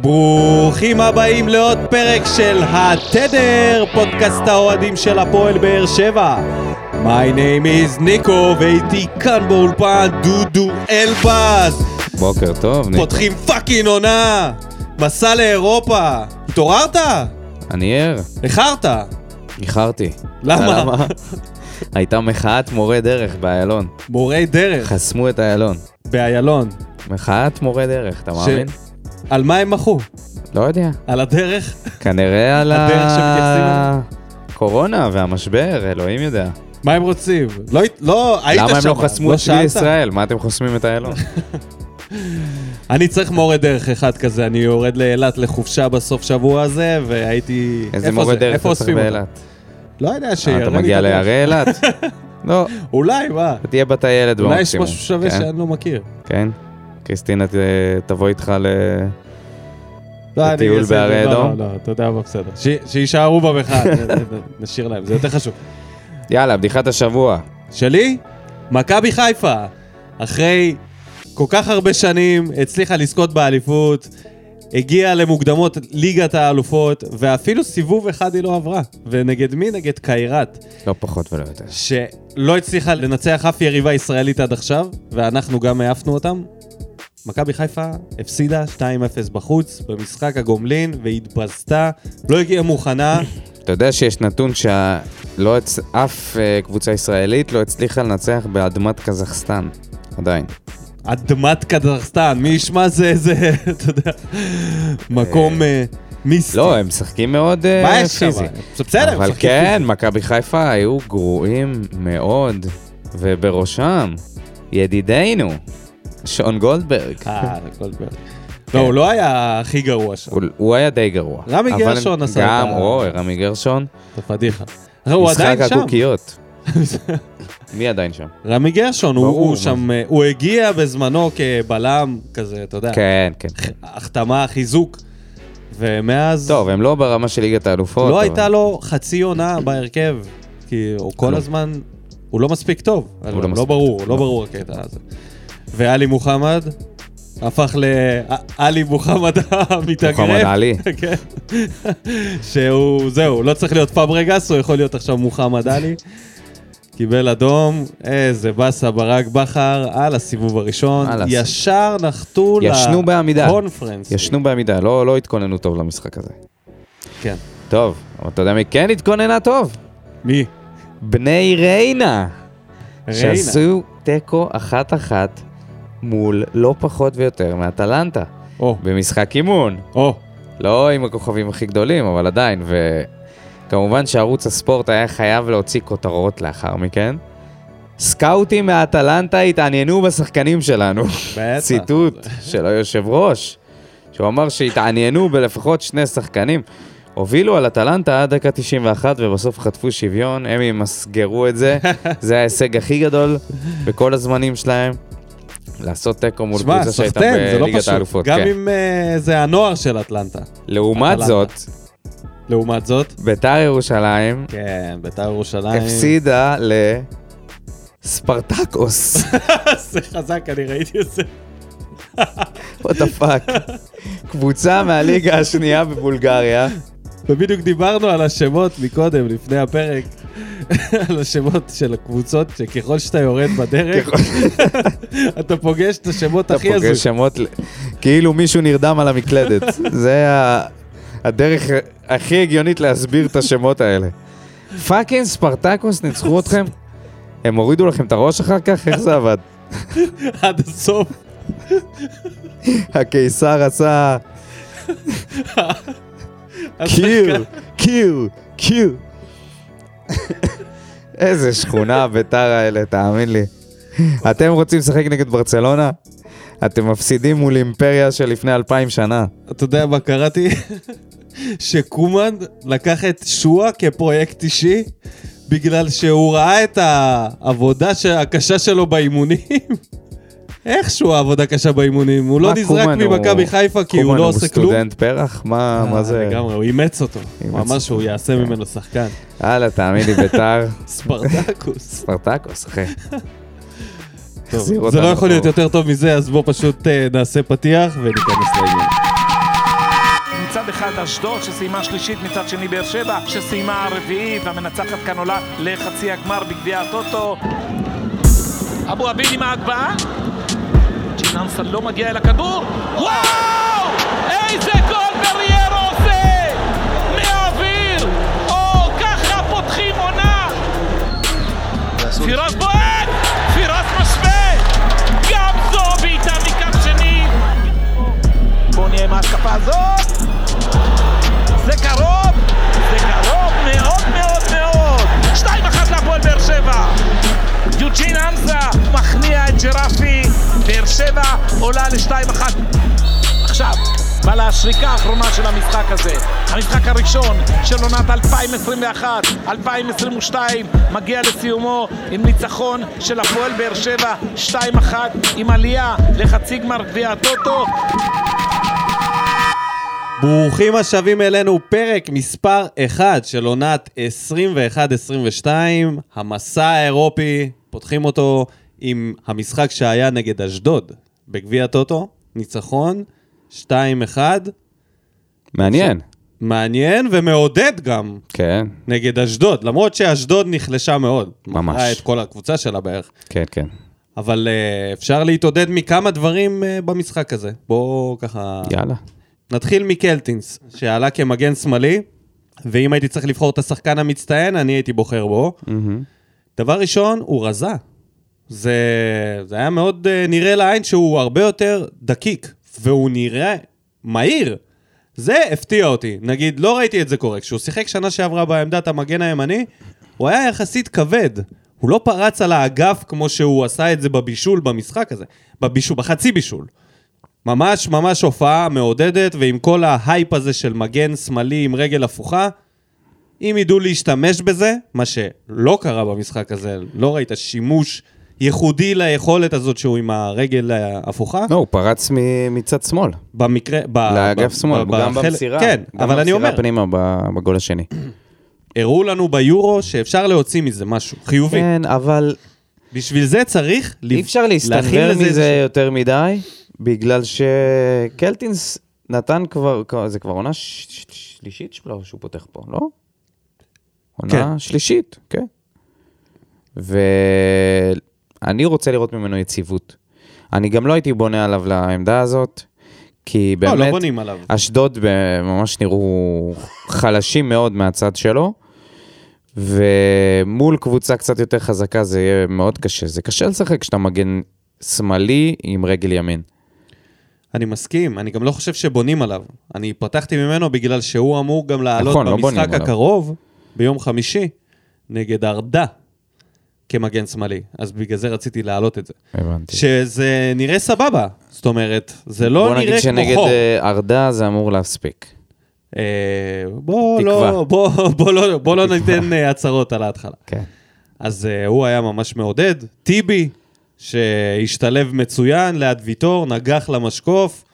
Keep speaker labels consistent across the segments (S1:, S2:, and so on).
S1: ברוכים הבאים לעוד פרק של התדר, פודקאסט האוהדים של הפועל באר שבע. My name is ניקו, ואיתי כאן באולפן דודו אלבז.
S2: בוקר טוב, ניקו.
S1: פותחים פאקינג עונה! מסע לאירופה! התעוררת?
S2: אני ער,
S1: איחרת?
S2: איחרתי.
S1: למה?
S2: אתה יודע הייתה מחאת מורי דרך באיילון.
S1: מורי דרך
S2: חסמו את איילון.
S1: באיילון.
S2: מחאת מורי דרך, אתה
S1: ש-
S2: מאמין?
S1: על מה הם מחו?
S2: לא יודע.
S1: על הדרך?
S2: כנראה על ה...
S1: הדרך שמתייחסים
S2: קורונה והמשבר, אלוהים יודע.
S1: מה הם רוצים? לא, הת- לא היית שם.
S2: למה הם לא חסמו את שביל
S1: שאלת?
S2: ישראל? מה אתם חוסמים את איילון?
S1: אני צריך מורה דרך אחד כזה, אני יורד לאילת לחופשה בסוף שבוע הזה, והייתי...
S2: איזה
S1: איפה
S2: מורה
S1: זה?
S2: דרך
S1: איפה
S2: אתה צריך
S1: אוספים אותו?
S2: באילת?
S1: לא יודע, שיראה
S2: אה,
S1: לי
S2: אתה
S1: את
S2: מגיע
S1: הדרך.
S2: להרי אילת? לא,
S1: אולי, מה?
S2: אתה תהיה בטיילת במקסימום.
S1: אולי יש משהו שווה
S2: כן,
S1: שאני לא מכיר.
S2: כן. קריסטינה ת- תבוא איתך ל...
S1: לא, אני
S2: לטיול
S1: אעשה את זה.
S2: בהרי
S1: לא,
S2: אדום?
S1: לא, לא, אתה יודע מה, בסדר. ש- שיישארו במחאה, נשאיר להם, זה יותר חשוב.
S2: יאללה, בדיחת השבוע.
S1: שלי? מכבי חיפה. אחרי כל כך הרבה שנים, הצליחה לזכות באליפות, הגיעה למוקדמות ליגת האלופות, ואפילו סיבוב אחד היא לא עברה. ונגד מי? נגד קיירת.
S2: לא פחות ולא יותר.
S1: שלא הצליחה לנצח אף יריבה ישראלית עד עכשיו, ואנחנו גם העפנו אותם. מכבי חיפה הפסידה 2-0 בחוץ, במשחק הגומלין, והתבזתה, לא הגיעה מוכנה.
S2: אתה יודע שיש נתון שלא הצ... אף אה, קבוצה ישראלית לא הצליחה לנצח באדמת קזחסטן, עדיין.
S1: אדמת קזחסטן, מי ישמע זה, זה, אתה יודע, מקום אה, מיסטי.
S2: לא, הם משחקים מאוד אה,
S1: מה יש שם?
S2: פיזי.
S1: זה בסדר,
S2: אבל
S1: משחקים
S2: כן, מכבי חיפה היו גרועים מאוד, ובראשם ידידנו, שון גולדברג.
S1: פיזי. אה, גולדברג. לא, הוא לא היה הכי גרוע שם,
S2: הוא, הוא היה די גרוע.
S1: רמי
S2: אבל
S1: גרשון
S2: הם-
S1: עשה את
S2: גם,
S1: ה-
S2: אוי, רמי גרשון.
S1: זה פדיחה. לא, הוא עדיין
S2: משחק
S1: שם.
S2: הקוקיות. מי עדיין שם?
S1: רמי גרשון, הוא-
S2: ברור,
S1: הוא
S2: מה
S1: שם, אה, הוא הגיע בזמנו כבלם כזה, אתה יודע,
S2: כן, כן.
S1: החתמה, חיזוק, ומאז
S2: טוב, הם לא ברמה של ליגת האלופות.
S1: לא
S2: אבל-
S1: הייתה לו חצי עונה בהרכב, כי הוא כל
S2: לא.
S1: הזמן, הוא לא מספיק טוב,
S2: לא
S1: לא
S2: מספיק
S1: ברור,
S2: טוב,
S1: לא
S2: לא.
S1: ברור הקטע הזה. ואלי מוחמד הפך לעלי מוחמד המתאגרף.
S2: מוחמד עלי.
S1: כן. שהוא, זהו, לא צריך להיות פאברגס, הוא יכול להיות עכשיו מוחמד עלי. קיבל אדום, איזה באסה ברק בכר, על הסיבוב הראשון,
S2: על הסיבוב.
S1: ישר נחתו
S2: ישנו בעמידה.
S1: לקונפרנס.
S2: ישנו בעמידה, לא, לא התכוננו טוב למשחק הזה.
S1: כן.
S2: טוב, אבל אתה יודע מי כן התכוננה טוב?
S1: מי?
S2: בני ריינה.
S1: ריינה.
S2: שעשו תיקו אחת-אחת מול לא פחות ויותר מאטלנטה.
S1: או,
S2: במשחק אימון.
S1: או.
S2: לא עם הכוכבים הכי גדולים, אבל עדיין. וכמובן שערוץ הספורט היה חייב להוציא כותרות לאחר מכן. סקאוטים מאטלנטה התעניינו בשחקנים שלנו.
S1: בטח.
S2: ציטוט של היושב ראש, שהוא אמר שהתעניינו בלפחות שני שחקנים. הובילו על אטלנטה עד דקה 91 ובסוף חטפו שוויון, הם ימסגרו את זה, זה ההישג הכי גדול בכל הזמנים שלהם. לעשות תיקו מול
S1: שמע,
S2: קבוצה שהייתה
S1: סחטיין, זה לא
S2: בליגת
S1: פשוט.
S2: האלופות.
S1: גם
S2: כן.
S1: אם אה, זה הנוער של אטלנטה,
S2: לעומת
S1: אטלנטה.
S2: זאת,
S1: לעומת זאת.
S2: ביתר ירושלים
S1: כן, בית"ר ירושלים.
S2: הפסידה לספרטקוס.
S1: זה חזק, אני ראיתי את זה.
S2: what the fuck. קבוצה מהליגה השנייה בבולגריה.
S1: ובדיוק דיברנו על השמות מקודם, לפני הפרק, על השמות של הקבוצות, שככל שאתה יורד בדרך, אתה פוגש את השמות
S2: אתה
S1: הכי הזוי.
S2: פוגש שמות, ל- כאילו מישהו נרדם על המקלדת. זה ה- הדרך הכי הגיונית להסביר את השמות האלה. פאקינג ספרטקוס ניצחו אתכם? הם הורידו לכם את הראש אחר כך? איך זה עבד?
S1: עד הסוף.
S2: הקיסר עשה קיר, קיר,
S1: כן.
S2: קיר. איזה שכונה ביתר האלה, תאמין לי. אתם רוצים לשחק נגד ברצלונה? אתם מפסידים מול אימפריה של לפני אלפיים שנה.
S1: אתה יודע מה קראתי? שקומן לקח את שואה כפרויקט אישי, בגלל שהוא ראה את העבודה ש- הקשה שלו באימונים. איכשהו העבודה קשה באימונים, הוא לא
S2: מה,
S1: נזרק
S2: קומן הוא-
S1: ממכבי חיפה כי הוא
S2: קומן
S1: לא עושה כלום. אה,
S2: סטודנט פרח? מה מה זה?
S1: לגמרי, הוא אימץ אותו.
S2: אימץ
S1: הוא אמר
S2: אותו.
S1: שהוא יעשה ממנו שחקן.
S2: יאללה, תאמין לי, ביתר,
S1: ספרטקוס.
S2: ספרטקוס, אחי.
S1: טוב,
S2: החזיר
S1: זה
S2: אותנו
S1: לא יכול להיות
S2: אחורה.
S1: יותר טוב מזה, אז בוא פשוט אה, נעשה פתיח וניכנס לעניין.
S3: מצד אחד אשדוד שסיימה שלישית, מצד שני באר שבע שסיימה רביעית, והמנצחת כאן עולה לחצי הגמר בגביע הטוטו. אבו עביד עם ההגבהה, ג'יננסה לא מגיע אל הכדור, וואו! איזה גול בריירו עושה! מהאוויר! או, ככה פותחים עונה! פירס בועט! פירס משווה! גם זו בעיטה מקו שני! בואו נהיה עם ההתקפה הזאת! זה קרוב! זה קרוב מאוד מאוד מאוד! 2-1 להפועל באר שבע! יוג'ין אנסה מכניע את ג'רפי, באר שבע עולה ל-2-1 עכשיו, בא לה השריקה האחרונה של המשחק הזה. המשחק הראשון של עונת 2021-2022 מגיע לסיומו עם ניצחון של הפועל באר שבע 2-1 עם עלייה לחצי גמר גביע הטוטו.
S1: ברוכים השבים אלינו, פרק מספר 1 של עונת 21-22, המסע האירופי, פותחים אותו עם המשחק שהיה נגד אשדוד בגביע הטוטו, ניצחון, 2-1,
S2: מעניין.
S1: מעניין ומעודד גם
S2: כן,
S1: נגד אשדוד, למרות שאשדוד נחלשה מאוד.
S2: ממש.
S1: מכרה את כל הקבוצה שלה בערך.
S2: כן, כן.
S1: אבל אה, אפשר להתעודד מכמה דברים אה, במשחק הזה. בואו ככה...
S2: יאללה.
S1: נתחיל מקלטינס, שעלה כמגן שמאלי, ואם הייתי צריך לבחור את השחקן המצטיין, אני הייתי בוחר בו.
S2: מהמם.
S1: דבר ראשון, הוא רזה. זה, זה היה מאוד אה, נראה לעין שהוא הרבה יותר דקיק, והוא נראה מהיר. זה הפתיע אותי. נגיד, לא ראיתי את זה קורה. כשהוא שיחק שנה שעברה בעמדת המגן הימני, הוא היה יחסית כבד. הוא לא פרץ על האגף כמו שהוא עשה את זה בבישול במשחק הזה. בבישול, בחצי בישול. ממש ממש הופעה מעודדת, ועם כל ההייפ הזה של מגן שמאלי עם רגל הפוכה, אם ידעו להשתמש בזה, מה שלא קרה במשחק הזה, לא ראית שימוש ייחודי ליכולת הזאת שהוא עם הרגל ההפוכה,
S2: לא, הוא פרץ מ- מצד שמאל,
S1: במקרה... ב,
S2: לאגף
S1: אה, ב-
S2: שמאל,
S1: ב-
S2: גם
S1: בחלק-
S2: במסירה.
S1: כן,
S2: גם
S1: אבל אני
S2: במסירה
S1: אומר,
S2: פנימה ב- בגול השני.
S1: הראו לנו ביורו שאפשר להוציא מזה משהו חיובי.
S2: כן, אבל
S1: בשביל זה צריך... לב-
S2: אי אפשר
S1: להכיל
S2: להסתנוור
S1: לזה
S2: מזה יותר מדי, בגלל שקלטינס נתן כבר, כבר- זה כבר עונה ש- ש- שלישית שלו שהוא פותח פה, לא? עונה
S1: כן.
S2: שלישית, כן. ואני רוצה לראות ממנו יציבות. אני גם לא הייתי בונה עליו לעמדה הזאת, כי
S1: לא,
S2: באמת...
S1: לא בונים עליו.
S2: אשדוד ב- ממש נראו חלשים מאוד מהצד שלו, ומול קבוצה קצת יותר חזקה זה יהיה מאוד קשה. זה קשה לשחק כשאתה מגן שמאלי עם רגל ימין.
S1: אני מסכים, אני גם לא חושב שבונים עליו. אני פתחתי ממנו בגלל שהוא אמור גם לעלות
S2: נכון, לא בונים
S1: במשחק
S2: עליו.
S1: הקרוב, ביום חמישי, נגד ארדה, כמגן שמאלי. אז בגלל זה רציתי להעלות את זה.
S2: הבנתי.
S1: שזה נראה סבבה, זאת אומרת, זה לא
S2: בוא נגיד
S1: נראה כמו
S2: שנגד
S1: חור.
S2: אה, ארדה זה אמור להספיק.
S1: אה, בוא
S2: תקווה.
S1: לא- בוא- בוא לא- בוא לא ניתן אה, הצהרות על ההתחלה.
S2: כן.
S1: אז אה, הוא היה ממש מעודד. טיבי, שהשתלב מצוין ליד ויטור, נגח למשקוף,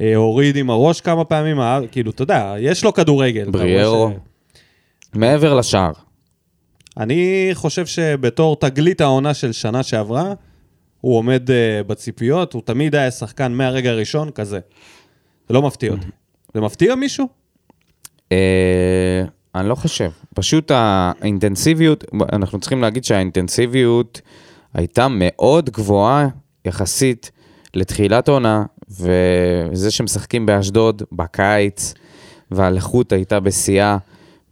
S1: אה, הוריד עם הראש כמה פעמים, אה, כאילו, אתה יודע, יש לו כדורגל.
S2: בריארו.
S1: למרות
S2: מעבר לשער.
S1: ש- אני חושב שבתור תגלית העונה של שנה שעברה, הוא עומד אה, בציפיות, הוא תמיד היה שחקן מהרגע הראשון כזה. זה לא מפתיע אותי. זה מפתיע מישהו?
S2: אה, אני לא חושב. פשוט האינטנסיביות, אנחנו צריכים להגיד שהאינטנסיביות הייתה מאוד גבוהה יחסית לתחילת עונה, וזה שמשחקים באשדוד בקיץ, והלחות הייתה בשיאה,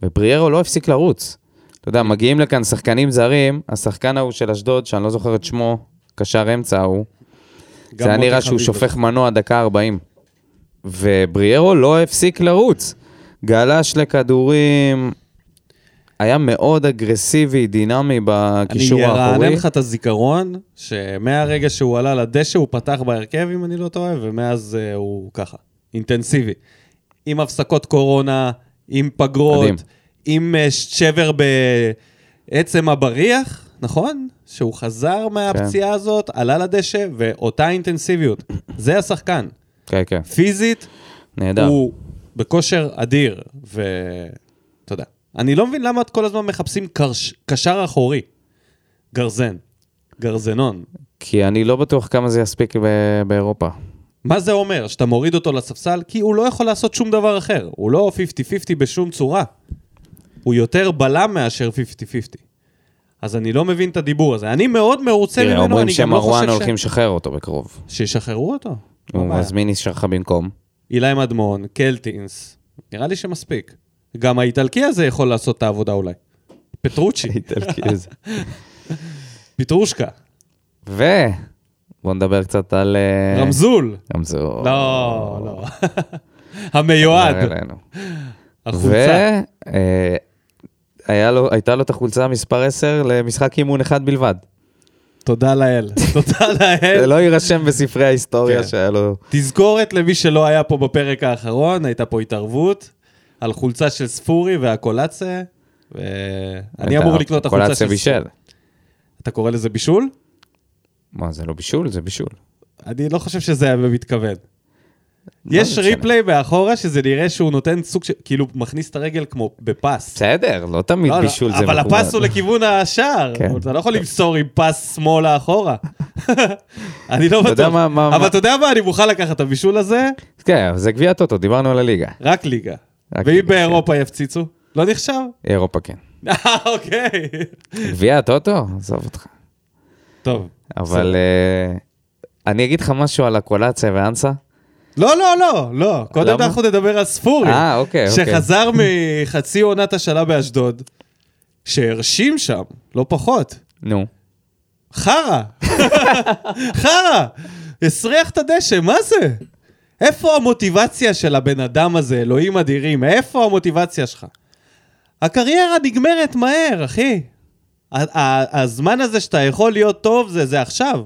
S2: ובריארו לא הפסיק לרוץ. אתה יודע, מגיעים לכאן שחקנים זרים, השחקן ההוא של אשדוד, שאני לא זוכר את שמו, קשר אמצע ההוא,
S1: גם
S2: זה היה
S1: מוטי
S2: נראה שהוא
S1: חביב.
S2: שופך מנוע דקה 40. ובריארו לא הפסיק לרוץ. גלש לכדורים, היה מאוד אגרסיבי, דינמי בקישור
S1: אני
S2: האחורי.
S1: ארענן לך את הזיכרון, שמהרגע שהוא עלה לדשא הוא פתח בהרכב, אם אני לא טועה, ומאז uh, הוא ככה, אינטנסיבי. עם הפסקות קורונה, עם פגרות,
S2: מדהים.
S1: עם uh, שבר בעצם הבריח, נכון? שהוא חזר מהפציעה כן. הזאת, עלה לדשא, ואותה אינטנסיביות. זה השחקן.
S2: כן, כן,
S1: פיזית,
S2: נהדר.
S1: הוא בכושר אדיר, ו... אתה יודע. אני לא מבין למה את כל הזמן מחפשים קרש... קשר אחורי. גרזן. גרזנון.
S2: כי אני לא בטוח כמה זה יספיק ב- באירופה.
S1: מה זה אומר? שאתה מוריד אותו לספסל? כי הוא לא יכול לעשות שום דבר אחר. הוא לא 50-50 בשום צורה. הוא יותר בלם מאשר 50-50. אז אני לא מבין את הדיבור הזה. אני מאוד מרוצה
S2: תראה,
S1: ממנו,
S2: אומרים
S1: אני גם לא
S2: שמרואן
S1: חושב
S2: הולכים
S1: ש... לא
S2: לשחרר אותו בקרוב.
S1: שישחררו אותו.
S2: הוא
S1: מה הבעיה?
S2: מזמין איש שלך במקום.
S1: אילי מדמון, קלטינס, נראה לי שמספיק. גם האיטלקי הזה יכול לעשות את העבודה אולי. פטרוצ'י,
S2: איטלקי הזה.
S1: פטרושקה,
S2: ו... בואו נדבר קצת על... אה,
S1: רמזול.
S2: רמזור.
S1: לא, לא. המיועד,
S2: נדבר עלינו.
S1: החולצה.
S2: ו- אה, היה לו- הייתה לו את החולצה מספר 10 למשחק אימון אחד בלבד.
S1: תודה לאל, תודה
S2: זה
S1: לאל.
S2: לא יירשם בספרי ההיסטוריה
S1: כן.
S2: שהיה לו...
S1: תזכורת למי שלא היה פה בפרק האחרון, הייתה פה התערבות על חולצה של ספורי והקולציה. ואני אמור
S2: הייתה
S1: לקנות את החולצה של
S2: קולציה
S1: ספורי.
S2: בישל.
S1: אתה קורא לזה בישול?
S2: מה, זה לא בישול? זה בישול.
S1: אני לא חושב שזה היה במתכוון. יש
S2: לא משנה.
S1: ריפליי מאחורה שזה נראה שהוא נותן סוג של, כאילו מכניס את הרגל כמו בפס.
S2: בסדר, לא תמיד
S1: לא, לא,
S2: בישול זה
S1: אבל
S2: מכובד.
S1: הפס הוא לכיוון השער,
S2: כן.
S1: אתה לא יכול למסור עם פס שמאלה אחורה. אני לא
S2: יודע
S1: בטוח.
S2: מה- מה-
S1: אבל
S2: מה-
S1: אתה יודע מה, אני מוכן לקחת את הבישול הזה,
S2: כן, אבל זה גביע טוטו, דיברנו על הליגה.
S1: רק ליגה.
S2: רק
S1: ואם
S2: ליגה, כן.
S1: באירופה יפציצו? לא נחשב?
S2: אירופה כן.
S1: אה, אוקיי.
S2: גביע הטוטו? עזוב אותך.
S1: טוב.
S2: אבל אה, אני אגיד לך משהו על הקולציה ואנסה.
S1: לא, לא, לא, לא. קודם
S2: למה?
S1: אנחנו נדבר על ספורי.
S2: אה, אוקיי, אוקיי.
S1: שחזר מחצי עונת השאלה באשדוד, שהרשים שם, לא פחות.
S2: נו.
S1: חרא, חרא, הסריח את הדשא, מה זה? איפה המוטיבציה של הבן אדם הזה, אלוהים אדירים, איפה המוטיבציה שלך? הקריירה נגמרת מהר, אחי. ה- ה- הזמן הזה שאתה יכול להיות טוב זה, זה עכשיו.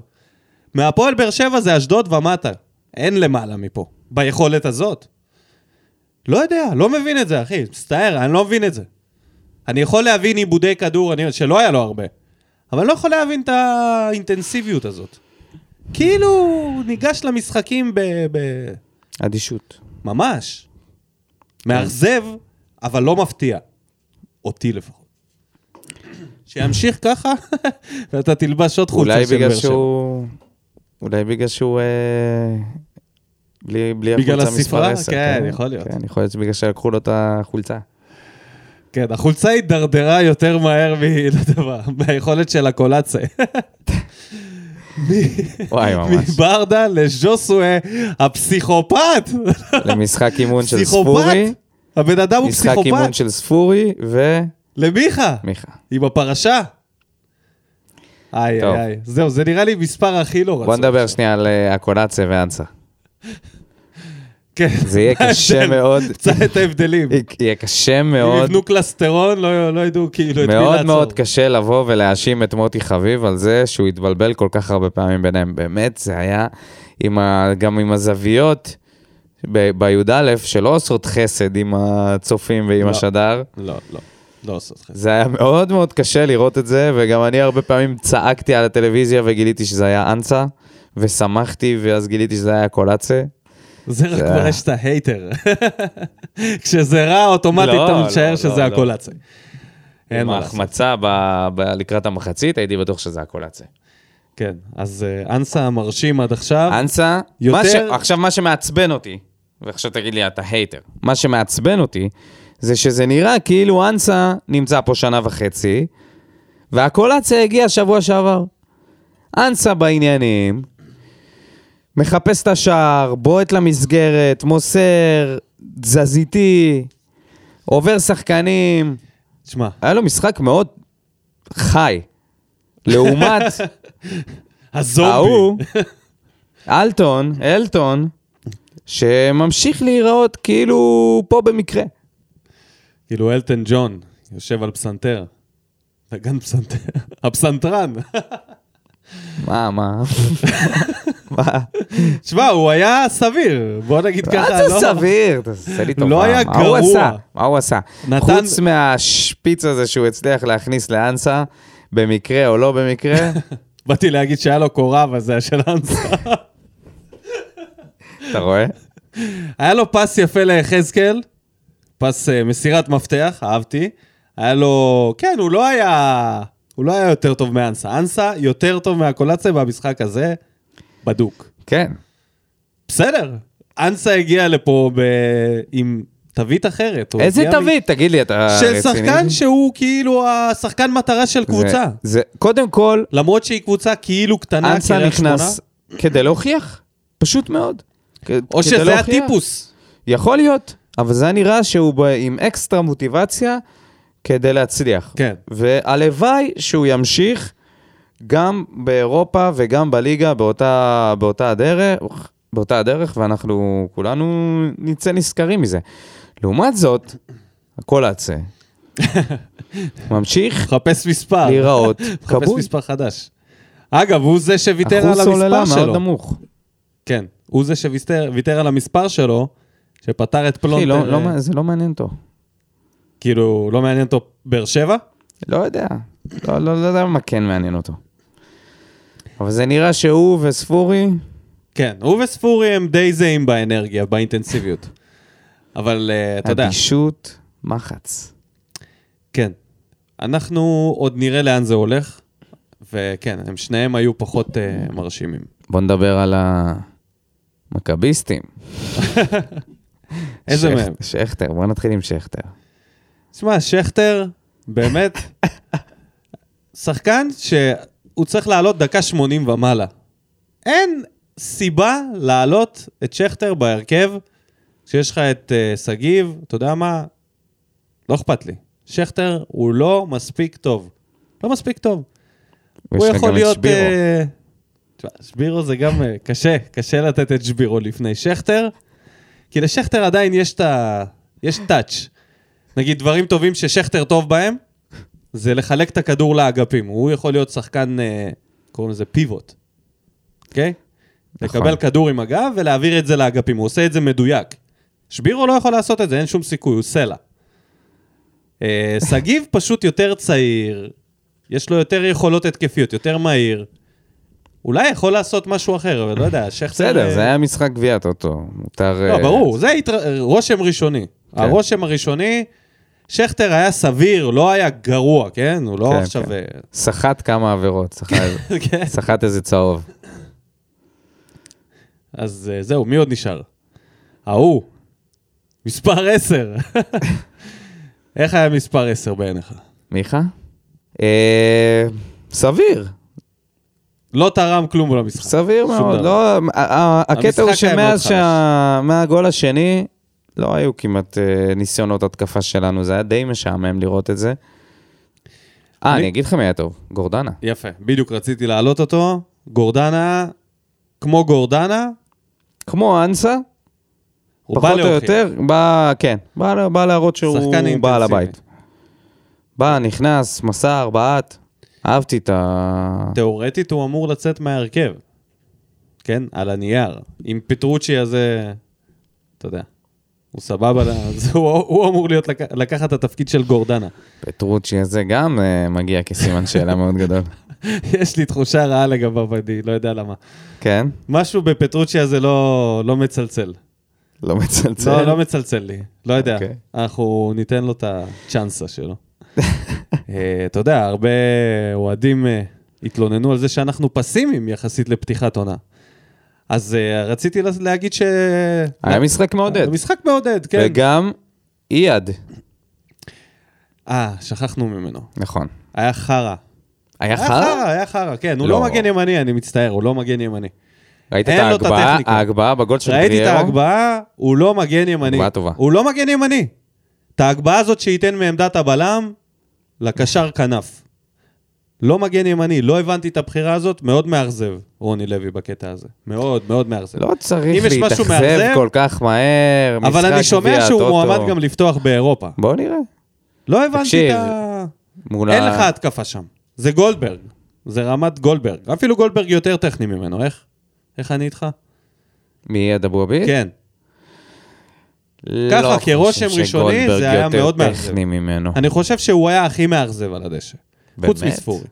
S1: מהפועל באר שבע זה אשדוד ומטה. אין למעלה מפה, ביכולת הזאת. לא יודע, לא מבין את זה, אחי. מצטער, אני לא מבין את זה. אני יכול להבין עיבודי כדור, אני, שלא היה לו הרבה. אבל אני לא יכול להבין את האינטנסיביות הזאת. כאילו, הוא ניגש למשחקים ב... ב...
S2: אדישות.
S1: ממש. מאכזב, אבל לא מפתיע. אותי לפחות. שימשיך ככה, ואתה תלבש עוד חולצה של
S2: אולי
S1: באר שבע.
S2: בגלל שהוא... אולי בגלל שהוא... אה, בלי, בלי
S1: בגלל
S2: החולצה מספר
S1: הספרה?
S2: 10,
S1: כן, יכול להיות.
S2: כן, יכול להיות שבגלל שלקחו לו את החולצה.
S1: כן, החולצה הידרדרה יותר מהר מלדבר, מהיכולת של הקולאצה. מ-
S2: וואי, ממש.
S1: מברדה לז'וסואה, הפסיכופת!
S2: למשחק אימון של
S1: פסיכופת?
S2: ספורי.
S1: הבן אדם הוא
S2: משחק אימון
S1: פסיכופת.
S2: של ספורי ומיכה.
S1: למיכה, עם הפרשה. איי,
S2: טוב.
S1: איי, איי. זהו, זה נראה לי מספר הכי לא רצוי.
S2: בוא נדבר שנייה על אה, הקולציה ואנסה.
S1: כן.
S2: זה יהיה קשה
S1: ההבדל.
S2: מאוד.
S1: קצת את ההבדלים.
S2: יהיה קשה
S1: אם
S2: מאוד.
S1: יבנו קלסטרון, לא לא ידעו כאילו את מי לעצור.
S2: מאוד מאוד קשה לבוא ולהאשים את מוטי חביב על זה שהוא התבלבל כל כך הרבה פעמים ביניהם. באמת, זה היה עם ה... גם עם הזוויות ב- בי"א, שלא עושות חסד עם הצופים ועם
S1: לא.
S2: השדר.
S1: לא, לא, לא עושות חסד.
S2: זה היה מאוד מאוד קשה לראות את זה, וגם אני הרבה פעמים צעקתי על הטלוויזיה וגיליתי שזה היה אנסה, ושמחתי, ואז גיליתי שזה היה קולצה.
S1: זה רק
S2: זה-
S1: כבר יש את ההייטר. כשזה רע, אוטומטית
S2: לא,
S1: אתה
S2: לא,
S1: משער
S2: לא,
S1: שזה
S2: לא.
S1: הקולציה. אין
S2: עם
S1: מה לעשות.
S2: ההחמצה ב- ב- לקראת המחצית, הייתי בטוח שזה הקולציה.
S1: כן, אז אה, אנסה המרשים עד עכשיו.
S2: אנסה,
S1: יותר-
S2: מה ש... עכשיו מה שמעצבן אותי, ועכשיו תגיד לי, אתה הייטר, מה שמעצבן אותי, זה שזה נראה כאילו אנסה נמצא פה שנה וחצי, והקולציה הגיעה שבוע שעבר. אנסה בעניינים, מחפש את השער, בועט למסגרת, מוסר, תזזיתי, עובר שחקנים.
S1: תשמע,
S2: היה לו משחק מאוד חי. לעומת
S1: הזומבי.
S2: ההוא, אלטון, אלטון, שממשיך להיראות כאילו הוא פה במקרה.
S1: כאילו אלטון ג'ון יושב על פסנתר. נגן פסנתר. הפסנתרן.
S2: מה, מה? מה?
S1: תשמע, הוא היה סביר, בוא נגיד ככה.
S2: מה זה
S1: לא?
S2: סביר? תעשה לי טובה.
S1: לא היה
S2: מה הוא
S1: גרוע.
S2: עשה? מה הוא עשה?
S1: נתן-
S2: חוץ מהשפיץ הזה שהוא הצליח להכניס לאנסה, במקרה או לא במקרה,
S1: באתי להגיד שהיה לו קורה, אבל זה היה של אנסה.
S2: אתה רואה?
S1: היה לו פס יפה ליחזקאל, פס אה, מסירת מפתח, אהבתי. היה לו, כן, הוא לא היה, הוא לא היה יותר טוב מאנסה. אנסה יותר טוב מהקולציה במשחק הזה, בדוק.
S2: כן.
S1: בסדר, אנסה הגיע לפה ב... עם תווית אחרת. הוא
S2: איזה
S1: הגיע מ-
S2: תווית? תגיד לי, אתה
S1: של שחקן שהוא כאילו השחקן מטרה של קבוצה.
S2: זה- זה- קודם כל,
S1: למרות שהיא קבוצה כאילו קטנה,
S2: אנסה
S1: קריית
S2: נכנס
S1: שמונה,
S2: כדי להוכיח, פשוט מאוד. כ-
S1: או
S2: כדי
S1: שזה
S2: להוכיח.
S1: הטיפוס.
S2: יכול להיות, אבל זה היה נראה שהוא ב... עם אקסטרה מוטיבציה כדי להצליח.
S1: כן.
S2: והלוואי שהוא ימשיך גם באירופה וגם בליגה באותה, באותה הדרך, באותה הדרך, ואנחנו כולנו נצא נשכרים מזה. לעומת זאת, הכל עצה. ממשיך
S1: מחפש מספר.
S2: להיראות
S1: מחפש
S2: כבוי.
S1: אה, מספר חדש. אגב, הוא זה שוויתר על
S2: אחוז
S1: המספר
S2: סוללה מאוד
S1: שלו.
S2: נמוך.
S1: כן, הוא זה שוויתר על המספר שלו, שפתר את
S2: אחי, לא-
S1: פלונטר.
S2: לא
S1: אה,
S2: מע- זה לא מעניין אותו.
S1: כאילו, לא מעניין אותו באר שבע?
S2: לא יודע, לא, לא, לא יודע מה כן מעניין אותו. אבל זה נראה שהוא וספורי,
S1: כן, הוא וספורי הם די זהים באנרגיה, באינטנסיביות. אבל אה, אתה יודע,
S2: אדישות, מחץ.
S1: כן. אנחנו עוד נראה לאן זה הולך, וכן, הם שניהם היו פחות אה, מרשימים.
S2: בוא נדבר על המכביסטים.
S1: איזה
S2: שכ-
S1: מהם?
S2: שכטר, בוא נתחיל עם שכטר.
S1: תשמע, שכטר, באמת, שחקן שהוא צריך לעלות דקה 80 ומעלה. אין סיבה להעלות את שכטר בהרכב כשיש לך את אה, שגיב, אתה יודע מה? לא אכפת לי. שכטר הוא לא מספיק טוב. לא מספיק טוב.
S2: ויש
S1: הוא
S2: לך
S1: יכול
S2: גם את
S1: להיות...
S2: שבירו.
S1: אה, תשמע, שבירו זה גם אה, קשה, קשה לתת את שבירו לפני שכטר, כי לשכטר עדיין יש את ה... יש טאץ'. נגיד, דברים טובים ששכטר טוב בהם, זה לחלק את הכדור לאגפים. הוא יכול להיות שחקן, אה, קוראים לזה פיבוט, אוקיי?
S2: נכון.
S1: לקבל כדור עם הגב ולהעביר את זה לאגפים. הוא עושה את זה מדויק. שבירו לא יכול לעשות את זה, אין שום סיכוי, הוא סלע. אה, שגיב פשוט יותר צעיר, יש לו יותר יכולות התקפיות, יותר מהיר. אולי יכול לעשות משהו אחר, אבל לא יודע, שכטר...
S2: בסדר,
S1: אה,
S2: זה היה משחק גביע טוטו. מותר...
S1: לא,
S2: אה,
S1: ברור, זה התר... רושם ראשוני.
S2: כן.
S1: הרושם הראשוני, שכטר היה סביר, לא היה גרוע, כן? הוא לא
S2: כן,
S1: עכשיו...
S2: כן.
S1: אה,
S2: סחט כמה עבירות, סחט-
S1: כן.
S2: סחט איזה צהוב.
S1: אז אה, זהו, מי עוד נשאר? ההוא, מספר 10. איך היה מספר 10 בעיניך?
S2: מיכה? אה, סביר,
S1: לא תרם כלום למשחק.
S2: סביר
S1: שום
S2: מאוד.
S1: דבר.
S2: לא, ה- ה- הקטע הוא
S1: המשחק היה מאוד
S2: שמאז
S1: חלש.
S2: שה- מהגול השני, לא היו כמעט אה, ניסיונות התקפה שלנו, זה היה די משעמם לראות את זה. אה,
S1: אני-
S2: אני אגיד לך מי היה טוב, גורדנה.
S1: יפה, בדיוק רציתי להעלות אותו. גורדנה, כמו גורדנה,
S2: כמו אנסה,
S1: הוא בא
S2: פחות או
S1: להוכיח.
S2: יותר, בא, כן, בא בא להראות שהוא
S1: שחקן אינטנסיבי.
S2: בעל הבית. בא, נכנס, מסר, בעט. אהבתי את ה...
S1: תאורטית הוא אמור לצאת מההרכב. כן? על הנייר. עם פטרוצ'י הזה, אתה יודע, הוא סבבה, אז הוא, הוא אמור להיות לק... לקחת את התפקיד של גורדנה.
S2: פטרוצ'י הזה גם אה, מגיע כסימן שאלה מאוד גדול.
S1: יש לי תחושה רעה לגביו, אני לא יודע למה.
S2: כן?
S1: משהו בפטרוצ'י הזה לא, לא מצלצל.
S2: לא מצלצל.
S1: לא, לא מצלצל לי, לא יודע.
S2: אוקיי.
S1: אנחנו ניתן לו את הצ'אנסה שלו. אה, אתה יודע, הרבה אוהדים אה, התלוננו על זה שאנחנו פסימיים יחסית לפתיחת עונה. אז אה, רציתי לה- להגיד ש... אה,
S2: היה משחק מעודד.
S1: לא משחק מעודד, כן.
S2: וגם אייד.
S1: אה, שכחנו ממנו.
S2: נכון.
S1: היה חרא.
S2: היה
S1: היה
S2: חרא?
S1: אה, חרא, היה חרא, כן. הוא
S2: לא.
S1: לא מגן ימני, אני מצטער, הוא לא מגן ימני.
S2: ראית את
S1: אין לו את
S2: ההגבהה?
S1: הטכניקה.
S2: ההגבהה בגול של
S1: ראיתי את
S2: גריירו?
S1: ההגבהה, הוא לא מגן ימני.
S2: הגבהה טובה.
S1: הוא לא מגן ימני. את ההגבהה הזאת שייתן מעמדת הבלם לקשר כנף. לא מגן ימני, לא הבנתי את הבחירה הזאת, מאוד מאכזב רוני לוי בקטע הזה. מאוד מאוד מאכזב.
S2: לא
S1: אם יש
S2: צריך
S1: משהו
S2: להתאכזב
S1: מאכזב,
S2: כל כך מהר.
S1: אבל
S2: משחק
S1: אני שומע
S2: גביע,
S1: שהוא
S2: טוטו.
S1: מועמד גם לפתוח באירופה.
S2: בוא נראה.
S1: לא הבנתי
S2: תקשיב, לא.
S1: את ה...
S2: מול
S1: אין
S2: ה-
S1: לך התקפה שם. זה גולדברג. זה רמת גולדברג. אפילו גולדברג יותר טכני ממנו, איך? איך אני איתך?
S2: מאייד אבו עביד?
S1: כן.
S2: לא
S1: ככה,
S2: חושב
S1: כראשם ראשוני,
S2: שגולדברג
S1: זה היה
S2: יותר
S1: מאוד מאכזב.
S2: טכני ממנו.
S1: אני חושב שהוא היה הכי מאכזב על הדשא. חוץ
S2: באמת?
S1: מספורי.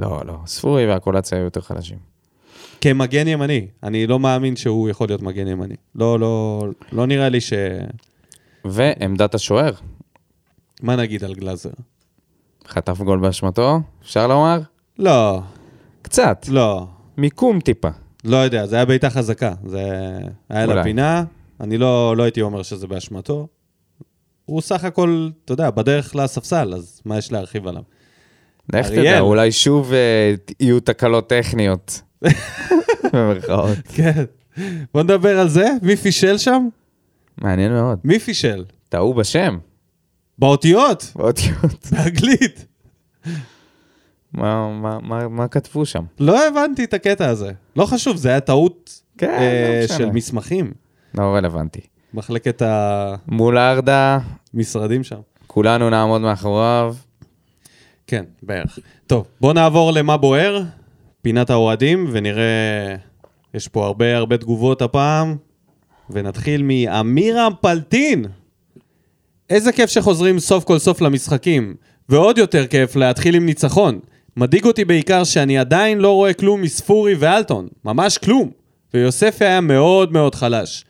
S2: לא, לא. ספורי והקולציה היו יותר חלשים.
S1: כמגן ימני. אני לא מאמין שהוא יכול להיות מגן ימני. לא, לא, לא נראה לי ש...
S2: ועמדת השוער.
S1: מה נגיד על גלאזר?
S2: חטף גול באשמתו, אפשר לומר?
S1: לא,
S2: קצת.
S1: לא.
S2: מיקום טיפה.
S1: לא יודע, זה היה בעיטה חזקה. זה היה
S2: אולי.
S1: לפינה, אני לא, לא הייתי אומר שזה באשמתו. הוא סך הכל, אתה יודע, בדרך לספסל, אז מה יש להרחיב עליו?
S2: לך
S1: אריאל.
S2: תדע, אולי שוב אה, יהיו תקלות טכניות. במרכאות.
S1: כן. בוא נדבר על זה, מי פישל שם?
S2: מעניין מאוד.
S1: מי פישל?
S2: טעו בשם.
S1: באותיות,
S2: באותיות.
S1: באנגלית.
S2: מה- מה- מה- מה כתבו שם?
S1: לא הבנתי את הקטע הזה. לא חשוב, זה היה טעות
S2: כן,
S1: אה,
S2: לא משנה.
S1: של מסמכים.
S2: לא רלוונטי.
S1: מחלקת המשרדים
S2: מול ארדה,
S1: שם.
S2: כולנו נעמוד מאחוריו.
S1: כן, בערך. טוב, בואו נעבור למה בוער, פינת האוהדים, ונראה... יש פה הרבה הרבה תגובות הפעם, ונתחיל מאמירם פלטין. איזה כיף שחוזרים סוף כל סוף למשחקים, ועוד יותר כיף להתחיל עם ניצחון. מדאיג אותי בעיקר שאני עדיין לא רואה כלום מספורי ואלטון, ממש כלום. ויוספי היה מאוד מאוד חלש.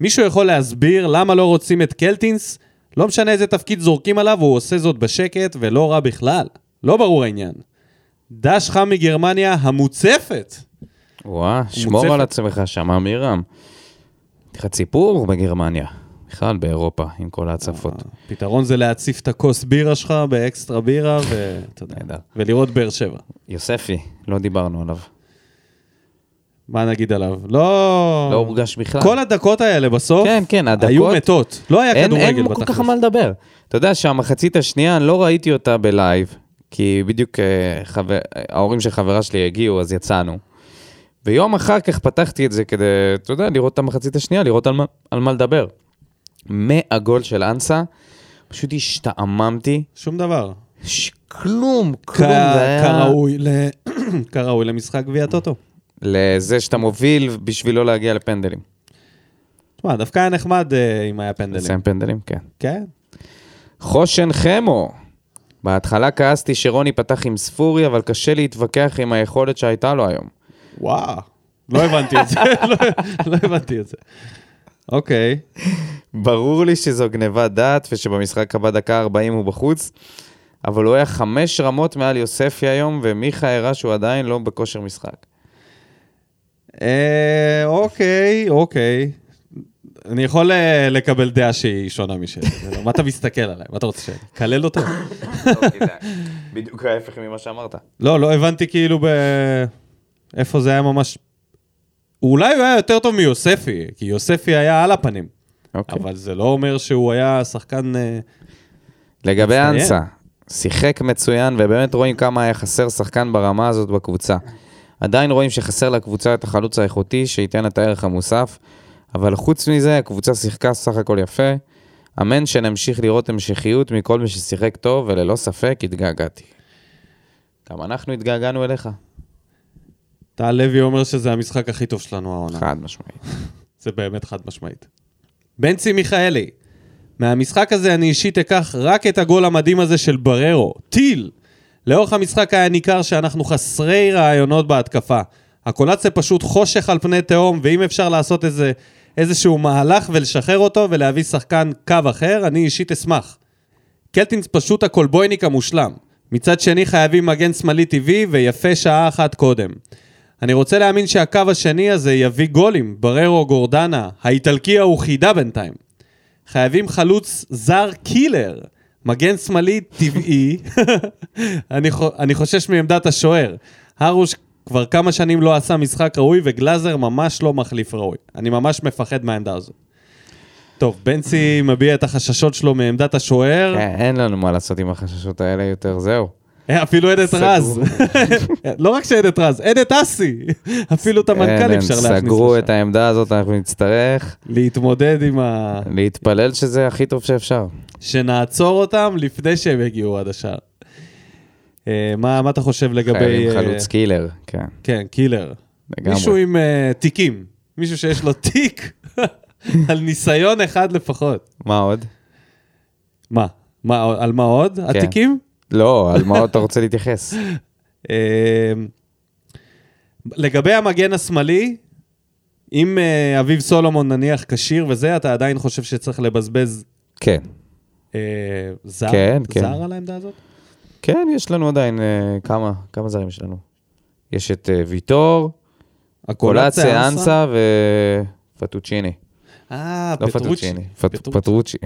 S1: מישהו יכול להסביר למה לא רוצים את קלטינס? לא משנה איזה תפקיד זורקים עליו, הוא עושה זאת בשקט ולא רע בכלל. לא ברור העניין. דש חם מגרמניה המוצפת.
S2: וואה, שמור
S1: מוצפת.
S2: על עצמך שם, אמירם. חצי סיפור בגרמניה. בכלל באירופה, עם כל ההצפות.
S1: הפתרון זה להציף את הכוס בירה שלך באקסטרה בירה, ואתה יודע,
S2: נהדר.
S1: ולראות באר שבע.
S2: יוספי, לא דיברנו עליו.
S1: מה נגיד עליו? לא...
S2: לא הורגש בכלל.
S1: כל הדקות האלה בסוף,
S2: כן, כן, הדקות...
S1: היו מתות. לא היה
S2: אין,
S1: כדורגל
S2: אין כל
S1: בתכלס.
S2: כך מה לדבר. אתה יודע שהמחצית השנייה, אני לא ראיתי אותה בלייב, כי בדיוק אה, חבר, ההורים של חברה שלי הגיעו, אז יצאנו. ויום אחר כך פתחתי את זה כדי, אתה יודע, לראות את המחצית השנייה, לראות על מה, על מה לדבר. מהגול של אנסה, פשוט השתעממתי,
S1: שום דבר.
S2: ש- כלום,
S1: כ-
S2: כלום, זה היה...
S1: כראוי ל- כראוי למשחק גביע טוטו.
S2: לזה שאתה מוביל בשביל לא להגיע לפנדלים.
S1: תשמע, דווקא היה נחמד אה, אם היה פנדלים.
S2: לסיים פנדלים, כן.
S1: כן.
S2: חושן חמו. בהתחלה כעסתי שרוני פתח עם ספורי, אבל קשה להתווכח עם היכולת שהייתה לו היום.
S1: וואו. לא הבנתי את זה, לא- לא הבנתי את זה. אוקיי.
S2: ברור לי שזו גנבת דעת ושבמשחק הבא דקה 40 הוא בחוץ, אבל הוא היה חמש רמות מעל יוספי היום, ומיכה הראה שהוא עדיין לא בכושר משחק.
S1: אה, אוקיי, אוקיי. אני יכול אה, לקבל דעה שהיא שונה משלי. לא- מה אתה מסתכל עליי? מה אתה רוצה שאני אקלל אותו?
S2: בדיוק ההפך ממה שאמרת.
S1: לא, לא הבנתי כאילו ב... איפה זה היה ממש... אולי הוא היה יותר טוב מיוספי, כי יוספי היה על הפנים.
S2: אוקיי.
S1: אבל זה לא אומר שהוא היה שחקן... אה,
S2: לגבי
S1: מצטיין.
S2: אנסה, שיחק מצוין, ובאמת רואים כמה היה חסר שחקן ברמה הזאת בקבוצה. עדיין רואים שחסר לקבוצה את החלוץ האיכותי, שייתן את הערך המוסף, אבל חוץ מזה, הקבוצה שיחקה סך הכל יפה. אמן שנמשיך לראות המשכיות מכל מי ששיחק טוב, וללא ספק התגעגעתי. גם אנחנו התגעגענו אליך,
S1: טל לוי אומר שזה המשחק הכי טוב שלנו העונה.
S2: חד משמעית.
S1: זה באמת חד משמעית. בנצי מיכאלי, מהמשחק הזה אני אישית אקח רק את הגול המדהים הזה של בררו, טיל! לאורך המשחק היה ניכר שאנחנו חסרי רעיונות בהתקפה. הקולאץ זה פשוט חושך על פני תהום, ואם אפשר לעשות איזה, איזשהו מהלך ולשחרר אותו ולהביא שחקן קו אחר, אני אישית אשמח. קלטינס פשוט הכולבויניק המושלם. מצד שני חייבים מגן שמאלי טבעי ויפה שעה אחת קודם. אני רוצה להאמין שהקו השני הזה יביא גולים, בררו, גורדנה, האיטלקי ההוא חידה בינתיים. חייבים חלוץ זר קילר, מגן שמאלי טבעי, אני, חו- אני חושש מעמדת השוער. הרוש כבר כמה שנים לא עשה משחק ראוי וגלאזר ממש לא מחליף ראוי. אני ממש מפחד מהעמדה הזאת. טוב, בנצי מביע את החששות שלו מעמדת השוער.
S2: אה, אין לנו מה לעשות עם החששות האלה יותר, זהו.
S1: אה, אפילו עדת
S2: סגרו.
S1: רז. לא רק שעדת רז, עדת אסי. אפילו את
S2: אין,
S1: המנכ"ל
S2: אין,
S1: אפשר להכניס
S2: כן, סגרו את
S1: לשם.
S2: העמדה הזאת, אנחנו נצטרך
S1: להתמודד עם ה...
S2: להתפלל שזה הכי טוב שאפשר.
S1: שנעצור אותם לפני שהם יגיעו עד השאר. אה, מה מה אתה חושב לגבי...
S2: חייבים
S1: אה,
S2: חלוץ קילר, כן.
S1: כן, קילר.
S2: לגמרי.
S1: מישהו עם אה, תיקים. מישהו שיש לו תיק על ניסיון אחד לפחות.
S2: מה עוד?
S1: מה? מה, על מה עוד?
S2: כן.
S1: התיקים?
S2: לא, על מה עוד אתה רוצה להתייחס?
S1: אה, לגבי המגן השמאלי, אם אה, אביב סולומון נניח כשיר וזה, אתה עדיין חושב שצריך לבזבז
S2: כן.
S1: אה, זר,
S2: כן, כן.
S1: זר על העמדה הזאת?
S2: כן, יש לנו עדיין אה, כמה, כמה זרים יש לנו. יש את אה, ויטור, קולציה, אנסה ופטוצ'יני.
S1: אה,
S2: לא
S1: פטרוצ'י.
S2: פטוצ'יני, פט- פטרוצ'י.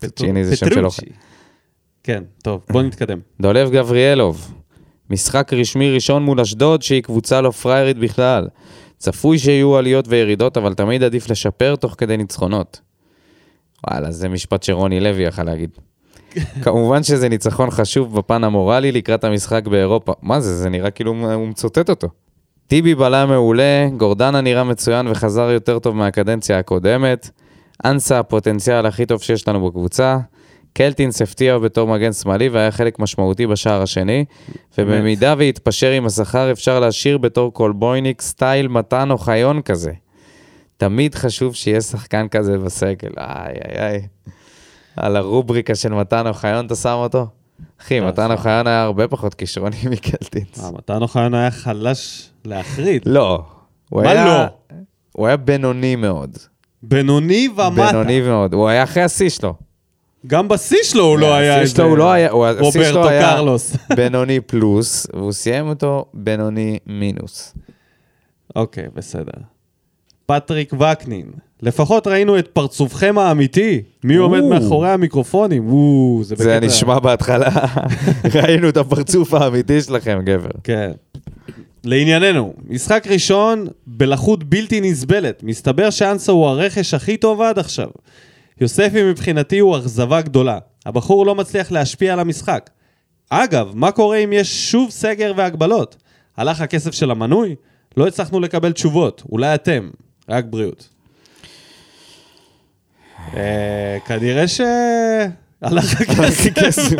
S2: פטוצ'יני זה שם של אוכל.
S1: פטרוצ'י. כן, טוב, בוא נתקדם.
S2: דולב גבריאלוב, משחק רשמי ראשון מול אשדוד, שהיא קבוצה לא פראיירית בכלל. צפוי שיהיו עליות וירידות, אבל תמיד עדיף לשפר תוך כדי ניצחונות. וואלה, זה משפט שרוני לוי יכל להגיד. כמובן שזה ניצחון חשוב בפן המורלי לקראת המשחק באירופה. מה זה, זה נראה כאילו הוא מצוטט אותו. טיבי בלם מעולה, גורדנה נראה מצוין וחזר יותר טוב מהקדנציה הקודמת. אנסה הפוטנציאל הכי טוב שיש לנו בקבוצה. קלטינס הפתיע בתור מגן שמאלי והיה חלק משמעותי בשער השני. ובמידה ויתפשר עם השכר אפשר להשאיר בתור קולבויניק סטייל מתן אוחיון כזה. תמיד חשוב שיהיה שחקן כזה בסגל. איי איי איי. על הרובריקה של מתן אוחיון אתה שם אותו? אחי,
S1: אתה
S2: מתן
S1: שם.
S2: אוחיון היה הרבה פחות כישרוני מקלטינס.
S1: אה, מתן אוחיון היה חלש להחריד.
S2: לא. הוא
S1: מה
S2: היה,
S1: לא?
S2: הוא היה בינוני מאוד.
S1: בינוני ומטה.
S2: בינוני מאוד. הוא היה אחרי השיא שלו.
S1: גם בשיא שלו הוא לא היה
S2: השיא
S1: איזה...
S2: שלו הוא לא היה... הוא- השיא שלו
S1: רוברטו
S2: היה
S1: קרלוס.
S2: בינוני פלוס, והוא סיים אותו בינוני מינוס.
S1: אוקיי, בסדר. פטריק וקנין, לפחות ראינו את פרצופכם האמיתי, מי עומד
S2: או.
S1: מאחורי המיקרופונים. וואו, זה
S2: זה
S1: בקטע-
S2: נשמע בהתחלה, ראינו את הפרצוף האמיתי שלכם, גבר.
S1: כן. לענייננו, משחק ראשון בלחות בלתי נסבלת. מסתבר שאנסה הוא הרכש הכי טוב עד עכשיו. יוספי מבחינתי הוא אכזבה גדולה. הבחור לא מצליח להשפיע על המשחק. אגב, מה קורה אם יש שוב סגר והגבלות? הלך הכסף של המנוי? לא הצלחנו לקבל תשובות, אולי אתם. רק בריאות. אה, כנראה ש... הלך הכסף.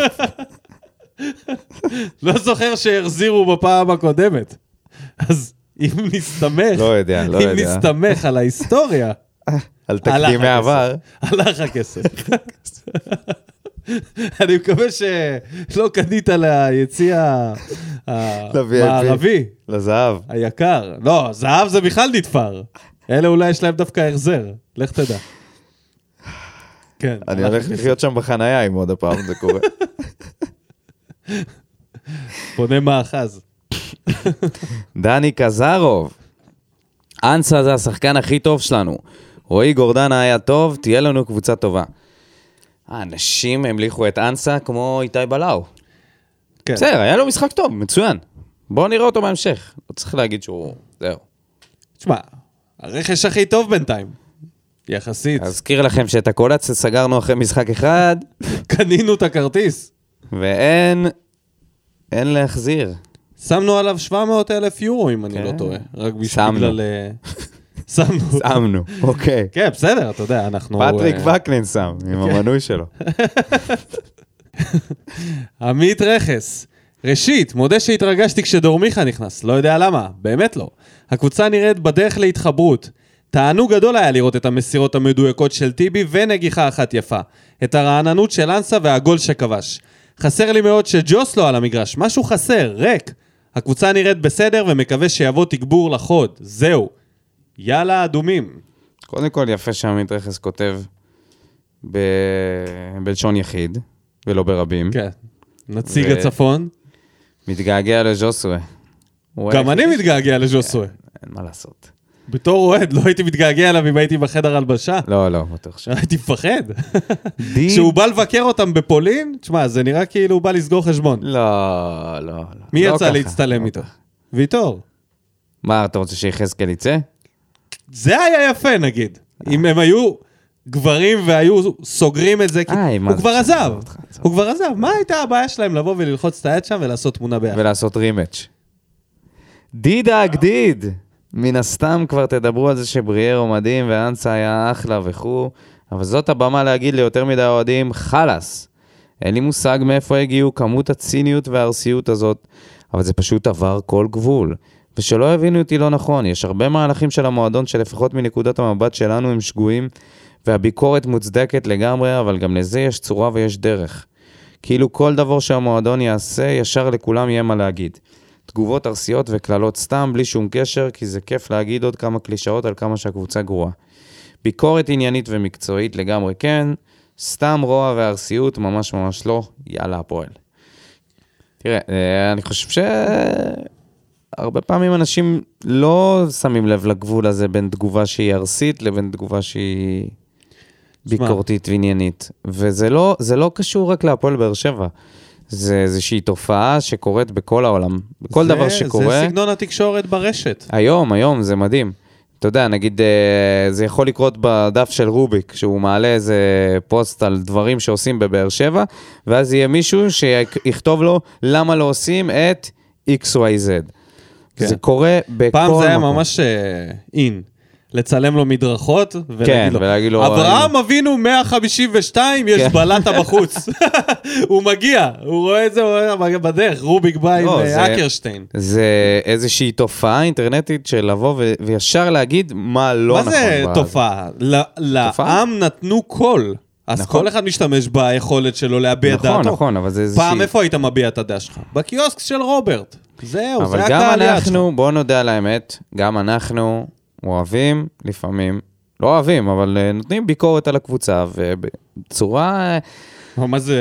S1: לא זוכר שהחזירו בפעם הקודמת. אז אם נסתמך,
S2: לא יודע, לא
S1: אם
S2: יודע.
S1: נסתמך על ההיסטוריה,
S2: על
S1: הלך
S2: תקדימי
S1: הכסף.
S2: העבר.
S1: הלך הכסף. אני מקווה שלא קנית ליציע
S2: ל-VIP.
S1: המערבי,
S2: לזהב.
S1: היקר. לא, זהב זה בכלל נתפר. אלה אולי יש להם דווקא החזר, לך תדע. כן.
S2: אני
S1: הלך
S2: הולך
S1: הכסף.
S2: לחיות שם בחנייה אם עוד הפעם זה קורה.
S1: בונה מאחז.
S2: דני קזרוב. אנסה זה השחקן הכי טוב שלנו. רועי גורדנה היה טוב, תהיה לנו קבוצה טובה. האנשים המליכו את אנסה כמו איתי בלאו.
S1: כן.
S2: בסדר, היה לו משחק טוב, מצוין. בואו נראה אותו בהמשך. לא צריך להגיד שהוא... זהו.
S1: תשמע, הרכש הכי טוב בינתיים. יחסית.
S2: אזכיר לכם שאת הקולציה סגרנו אחרי משחק אחד,
S1: קנינו את הכרטיס.
S2: ואין... אין להחזיר.
S1: שמנו עליו 700 אלף יורו, אם אני
S2: כן.
S1: לא טועה. רק
S2: שמנו.
S1: בגלל... אה, שמנו.
S2: שמנו, אוקיי. כן.
S1: כן, בסדר, אתה יודע, אנחנו...
S2: פטריק
S1: אה,
S2: וקנין שם, עם המנוי שלו.
S1: עמית רכס. ראשית, מודה שהתרגשתי כשדורמיכה נכנס, לא יודע למה, באמת לא. הקבוצה נראית בדרך להתחברות. תענוג גדול היה לראות את המסירות המדויקות של טיבי ונגיחה אחת יפה. את הרעננות של אנסה והגול שכבש. חסר לי מאוד שג'וס לא על המגרש, משהו חסר, ריק. הקבוצה נראית בסדר ומקווה שיבוא תגבור לחוד, זהו. יאללה אדומים.
S2: קודם כל, יפה שעמית רכס כותב ב... בלשון יחיד, ולא ברבים. כן.
S1: כן. נציג
S2: ו-
S1: הצפון.
S2: מתגעגע לז'וסווה. הוא
S1: גם אני
S2: היחיד-
S1: מתגעגע לז'וסווה.
S2: אין מה לעשות.
S1: בתור אוהד, לא הייתי מתגעגע אליו אם הייתי בחדר הלבשה.
S2: לא, לא, בטוח ש...
S1: הייתי מפחד.
S2: די...
S1: כשהוא בא לבקר אותם בפולין, תשמע, זה נראה כאילו הוא בא לסגור חשבון.
S2: לא, לא, לא.
S1: מי
S2: לא
S1: יצא
S2: ככה.
S1: להצטלם
S2: לא
S1: איתו?
S2: ככה.
S1: ויטור.
S2: מה, אתה רוצה שיחזקאל יצא?
S1: זה היה יפה, נגיד. אם הם היו גברים והיו סוגרים את זה, כי
S2: איי, מה
S1: הוא
S2: זה
S1: כבר
S2: משנה
S1: עזב.
S2: אותך, עזוב.
S1: הוא כבר עזב. מה הייתה הבעיה שלהם לבוא וללחוץ את היד שם ולעשות תמונה ביחד?
S2: ולעשות רימץ'. דידה הגדיד! מן הסתם כבר תדברו על זה שבריארו מדהים ואנסה היה אחלה וכו', אבל זאת הבמה להגיד ליותר מדי אוהדים, חלאס. אין לי מושג מאיפה הגיעו כמות הציניות והארסיות הזאת, אבל זה פשוט עבר כל גבול. ושלא יבינו אותי לא נכון, יש הרבה מהלכים של המועדון שלפחות מנקודת המבט שלנו הם שגויים, והביקורת מוצדקת לגמרי, אבל גם לזה יש צורה ויש דרך. כאילו כל דבר שהמועדון יעשה, ישר לכולם יהיה מה להגיד. תגובות ארסיות וקללות סתם, בלי שום קשר, כי זה כיף להגיד עוד כמה קלישאות על כמה שהקבוצה גרועה. ביקורת עניינית ומקצועית לגמרי כן, סתם רוע וארסיות, ממש ממש לא, יאללה הפועל. תראה, אה, אני חושב ש... הרבה פעמים אנשים לא שמים לב לגבול הזה בין תגובה שהיא ארסית לבין תגובה שהיא
S1: שמע.
S2: ביקורתית ועניינית. וזה לא, זה לא קשור רק להפועל באר שבע. זה איזושהי תופעה שקורית בכל העולם. בכל
S1: זה-
S2: דבר שקורה...
S1: זה סגנון התקשורת ברשת.
S2: היום, היום, זה מדהים. אתה יודע, נגיד, אה, זה יכול לקרות בדף של רוביק, שהוא מעלה איזה פוסט על דברים שעושים בבאר שבע, ואז יהיה מישהו שיכתוב לו למה לא עושים את XYZ.
S1: כן.
S2: כן. זה קורה בכל...
S1: פעם זה היה
S2: מקום.
S1: ממש אה, אין. לצלם לו מדרכות, ולהגיד
S2: כן,
S1: לו,
S2: ולהגיד לו,
S1: אברהם אבינו 152, יש
S2: כן.
S1: בלטה בחוץ. הוא מגיע, הוא רואה את זה, הוא רואה בדרך, רוביק בא עם
S2: לא,
S1: אה,
S2: זה-
S1: אקרשטיין.
S2: זה איזושהי תופעה אינטרנטית של לבוא ו- וישר להגיד מה לא
S1: מה
S2: נכון.
S1: זה
S2: בה.
S1: תופעה? ל- לעם נתנו קול, אז
S2: נכון.
S1: כל אחד משתמש ביכולת שלו להביע את דעתו.
S2: נכון, נכון, אבל זה איזושהי...
S1: פעם איפה היית מביע את הדעה שלך? בקיוסק של רוברט. זהו, זה
S2: אבל
S1: הקהל יעד
S2: גם
S1: שלך.
S2: אנחנו, בואו נודה על האמת, גם אנחנו אוהבים לפעמים, לא אוהבים, אבל אה, נותנים ביקורת על הקבוצה, ובצורה
S1: אבל מה זה...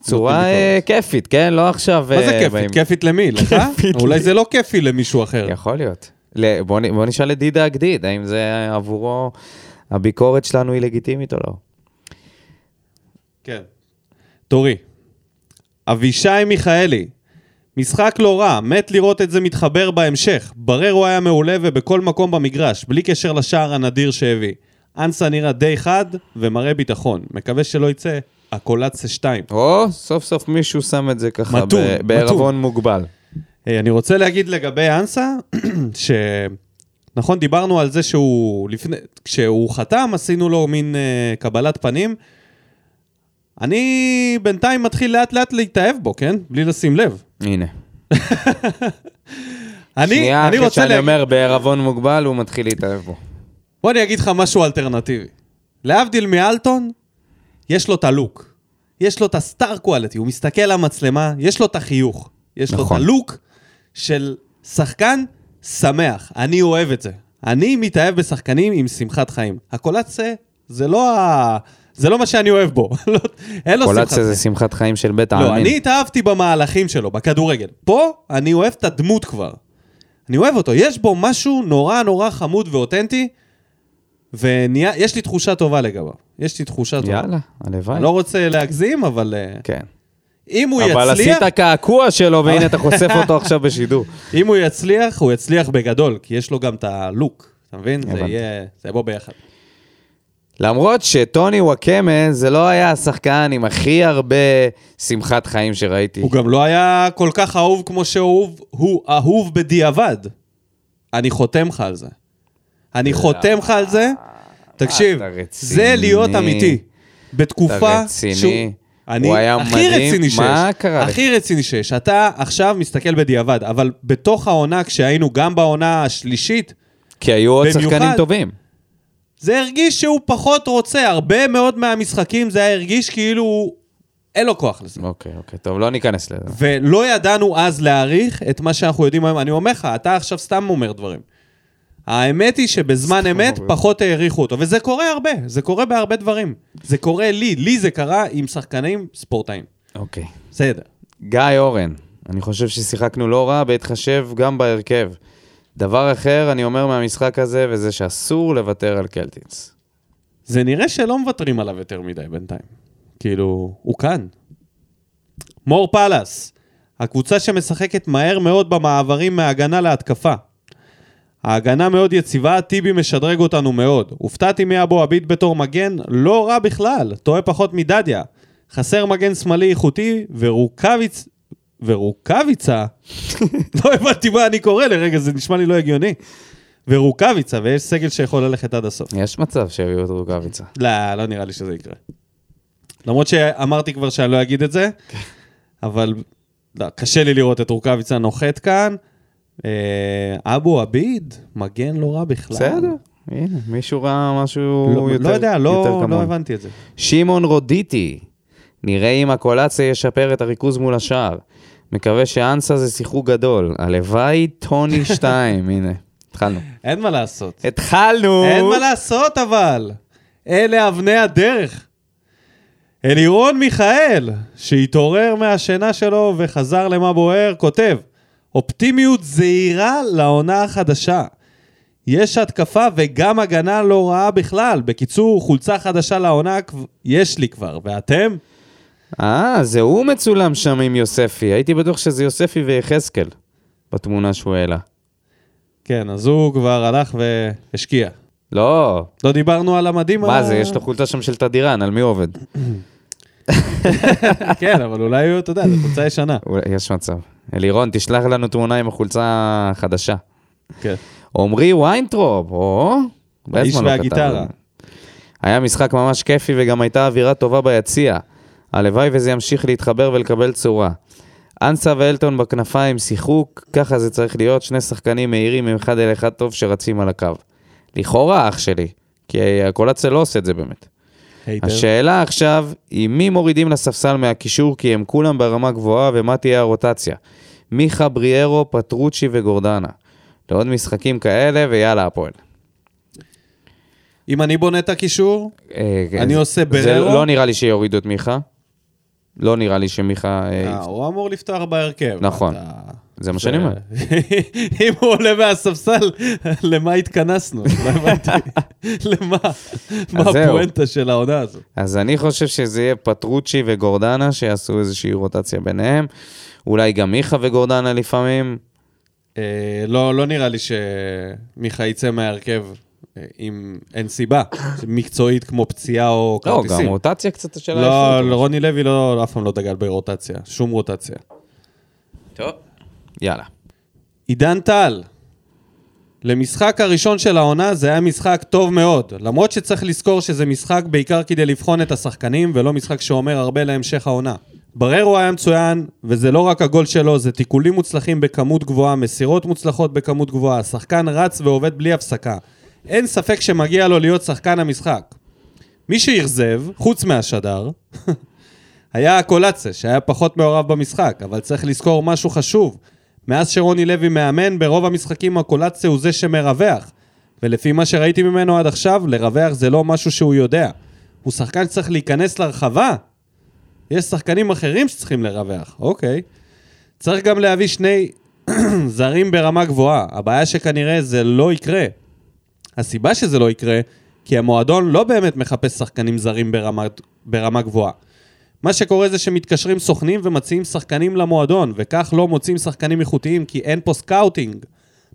S2: צורה
S1: נותנים
S2: אה,
S1: ביקורת?
S2: כיפית, כן? לא עכשיו...
S1: מה זה
S2: אה, באים-
S1: כיפית? כיפית למי? לך?
S2: כיפית
S1: אולי
S2: לי.
S1: זה לא כיפי למישהו אחר.
S2: יכול להיות. ל- בואו נ- בואו נשאל את דידה הגדיד, האם זה עבורו, הביקורת שלנו היא לגיטימית או לא.
S1: כן. תורי. אבישי מיכאלי. משחק לא רע, מת לראות את זה מתחבר בהמשך. בררו היה מעולה ובכל מקום במגרש, בלי קשר לשער הנדיר שהביא. אנסה נראה די חד ומראה ביטחון. מקווה שלא יצא הקולציה 2.
S2: או, סוף סוף מישהו שם את זה ככה
S1: מתון,
S2: ב-
S1: מתון.
S2: בערבון מוגבל.
S1: היי, אה, אני רוצה להגיד לגבי אנסה, ש... נכון, דיברנו על זה שהוא לפני... כשהוא חתם, עשינו לו מין uh, קבלת פנים. אני בינתיים מתחיל לאט לאט להתאהב בו, כן? בלי לשים לב.
S2: הנה.
S1: אני,
S2: שנייה,
S1: אני
S2: אחרי
S1: רוצה...
S2: שאני
S1: לה... לא,
S2: אומר בערבון מוגבל, הוא מתחיל להתאהב בו.
S1: בוא אני אגיד לך משהו אלטרנטיבי. להבדיל מאלטון, יש לו את הלוק. יש לו את הסטאר קואליטי, הוא מסתכל על המצלמה, יש לו את החיוך. יש נכון. לו
S2: נכון.
S1: את הלוק של שחקן שמח. אני אוהב את זה. אני מתאהב בשחקנים עם שמחת חיים. הקולציה זה לא ה... זה לא מה שאני אוהב בו. לא- אין לו שמחת
S2: קולציה
S1: חיים.
S2: זה שמחת חיים של בית העלמין.
S1: לא, אני התאהבתי במהלכים שלו, בכדורגל. פה אני אוהב את הדמות כבר. אני אוהב אותו. יש בו משהו נורא נורא חמוד ואותנטי, ויש לי תחושה טובה לגביו. יש לי תחושה טובה.
S2: יאללה, הלוואי.
S1: אני לא רוצה להגזים, אבל אה,
S2: כן.
S1: אם הוא
S2: אבל
S1: יצליח,
S2: עשית קעקוע שלו, והנה אתה חושף אותו עכשיו בשידור.
S1: אם הוא יצליח, הוא יצליח בגדול, כי יש לו גם את הלוק. אתה מבין? זה
S2: הבנתי.
S1: יהיה, זה יבוא ביחד.
S2: למרות שטוני וואקמה זה לא היה השחקן עם הכי הרבה שמחת חיים שראיתי.
S1: הוא גם לא היה כל כך אהוב כמו שאהוב, הוא אהוב בדיעבד. אני חותם לך על זה. אני חותם לך על זה. תקשיב,
S2: אה, אתה רציני.
S1: זה להיות אמיתי. בתקופה
S2: אתה רציני.
S1: אני
S2: הוא היה
S1: הכי
S2: מדהים.
S1: רציני שיש.
S2: מה קרה לך?
S1: הכי רציני שיש. אתה עכשיו מסתכל בדיעבד, אבל בתוך העונה, כשהיינו גם בעונה השלישית,
S2: כי היו עוד
S1: במיוחד-
S2: שחקנים טובים.
S1: זה הרגיש שהוא פחות רוצה. הרבה מאוד מהמשחקים זה היה הרגיש כאילו הוא- אין לו כוח לזה.
S2: אוקיי, אוקיי, טוב, לא ניכנס לזה.
S1: ולא ידענו אז להעריך את מה שאנחנו יודעים היום. אני אומר לך, אתה עכשיו סתם אומר דברים. האמת היא שבזמן אמת
S2: אומר.
S1: פחות העריכו אותו, וזה קורה הרבה, זה קורה בהרבה דברים. זה קורה לי, לי זה קרה עם שחקנים ספורטאים.
S2: אוקיי.
S1: בסדר.
S2: גיא אורן, אני חושב ששיחקנו לא רע, בהתחשב גם בהרכב. דבר אחר, אני אומר מהמשחק הזה, וזה שאסור לוותר על קלטינס.
S1: זה נראה שלא מוותרים עליו יותר מדי בינתיים. כאילו, הוא כאן. מור פלאס, הקבוצה שמשחקת מהר מאוד במעברים מההגנה להתקפה. ההגנה מאוד יציבה, טיבי משדרג אותנו מאוד. הופתעתי מאבו עביד בתור מגן, לא רע בכלל, טועה פחות מדדיה. חסר מגן שמאלי איכותי, ורוקאביץ... ורוקאביצה? לא הבנתי מה אני קורא לרגע, זה נשמע לי לא הגיוני. ורוקאביצה, ויש סגל שיכול ללכת עד הסוף.
S2: יש מצב שיביאו את רוקאביצה.
S1: לא, לא נראה לי שזה יקרה. למרות שאמרתי כבר שאני לא אגיד את זה, אבל לא, קשה לי לראות את רוקאביצה נוחת כאן. אה, אבו עביד, מגן לא רע בכלל.
S2: בסדר, הנה, מישהו ראה משהו
S1: לא,
S2: יותר
S1: לא יודע,
S2: יותר
S1: לא, לא
S2: כמונו.
S1: הבנתי את זה.
S2: שמעון רודיטי, נראה אם הקולציה ישפר את הריכוז מול השער. מקווה שאנסה זה שיחוק גדול. הלוואי טוני 2, הנה, התחלנו.
S1: אין מה לעשות.
S2: התחלנו!
S1: אין מה לעשות אבל. אלה אבני הדרך. אלירון מיכאל, שהתעורר מהשינה שלו וחזר למה בוער, כותב, אופטימיות זהירה לעונה החדשה. יש התקפה וגם הגנה לא רעה בכלל. בקיצור, חולצה חדשה לעונה כב- יש לי כבר, ואתם?
S2: אה, זה הוא מצולם שם עם יוספי. הייתי בטוח שזה יוספי ויחזקאל בתמונה שהוא העלה.
S1: כן, אז הוא כבר הלך והשקיע.
S2: לא,
S1: לא דיברנו על המדים?
S2: מה
S1: ה-
S2: זה, יש לו חולצה שם של תדירן, על מי הוא עובד?
S1: כן, אבל אולי הוא, אתה יודע, זו חולצה ישנה.
S2: אולי- יש מצב. אלירון, תשלח לנו תמונה עם החולצה החדשה.
S1: כן.
S2: עמרי ויינטרופ, או... הרבה
S1: האיש
S2: זמן לא
S1: והגיטרה.
S2: כתב. היה משחק ממש כיפי וגם הייתה אווירה טובה ביציע. הלוואי וזה ימשיך להתחבר ולקבל צורה. אנסה ואלטון בכנפיים, שיחוק, ככה זה צריך להיות, שני שחקנים מהירים עם אחד אל אחד טוב שרצים על הקו. לכאורה אח שלי, כי הקולציה לא עושה את זה באמת.
S1: הייטר.
S2: השאלה עכשיו היא מי מורידים לספסל מהקישור כי הם כולם ברמה גבוהה ומה תהיה הרוטציה. מיכה בריארו, פטרוצ'י וגורדנה. לעוד משחקים כאלה ויאללה הפועל.
S1: אם אני בונה את הקישור,
S2: אה,
S1: אני
S2: זה-
S1: עושה
S2: זה
S1: בררו?
S2: לא נראה לי שיורידו את מיכה. לא נראה לי שמיכה... אה,
S1: אה, הוא אמור לפתוח בהרכב.
S2: נכון.
S1: אתה-
S2: זה מה שאני אומר.
S1: אם הוא עולה מהספסל, למה התכנסנו? לא הבנתי. למה? מה
S2: זהו.
S1: הפואנטה של העונה הזאת?
S2: אז אני חושב שזה יהיה פטרוצ'י וגורדנה שיעשו איזושהי רוטציה ביניהם. אולי גם מיכה וגורדנה לפעמים.
S1: אה, לא לא נראה לי שמיכה יצא מההרכב אה, אם אין סיבה, מקצועית כמו פציעה או
S2: לא,
S1: כרטיסים.
S2: גם רוטציה קצת השאלה
S1: לא,
S2: איפה.
S1: לא, רוני לוי לא, אף פעם לא דגל ברוטציה, שום רוטציה.
S2: טוב. יאללה.
S1: עידן טל, למשחק הראשון של העונה זה היה משחק טוב מאוד, למרות שצריך לזכור שזה משחק בעיקר כדי לבחון את השחקנים, ולא משחק שאומר הרבה להמשך העונה. בררו היה מצוין, וזה לא רק הגול שלו, זה תיקולים מוצלחים בכמות גבוהה, מסירות מוצלחות בכמות גבוהה, השחקן רץ ועובד בלי הפסקה. אין ספק שמגיע לו להיות שחקן המשחק. מי שאכזב, חוץ מהשדר, היה הקולצה, שהיה פחות מעורב במשחק, אבל צריך לזכור משהו חשוב. מאז שרוני לוי מאמן, ברוב המשחקים הקולצה הוא זה שמרווח. ולפי מה שראיתי ממנו עד עכשיו, לרווח זה לא משהו שהוא יודע. הוא שחקן שצריך להיכנס לרחבה. יש שחקנים אחרים שצריכים לרווח, אוקיי. צריך גם להביא שני זרים ברמה גבוהה. הבעיה שכנראה זה לא יקרה. הסיבה שזה לא יקרה, כי המועדון לא באמת מחפש שחקנים זרים ברמה, ברמה גבוהה. מה שקורה זה שמתקשרים סוכנים ומציעים שחקנים למועדון, וכך לא מוצאים שחקנים איכותיים, כי אין פה סקאוטינג.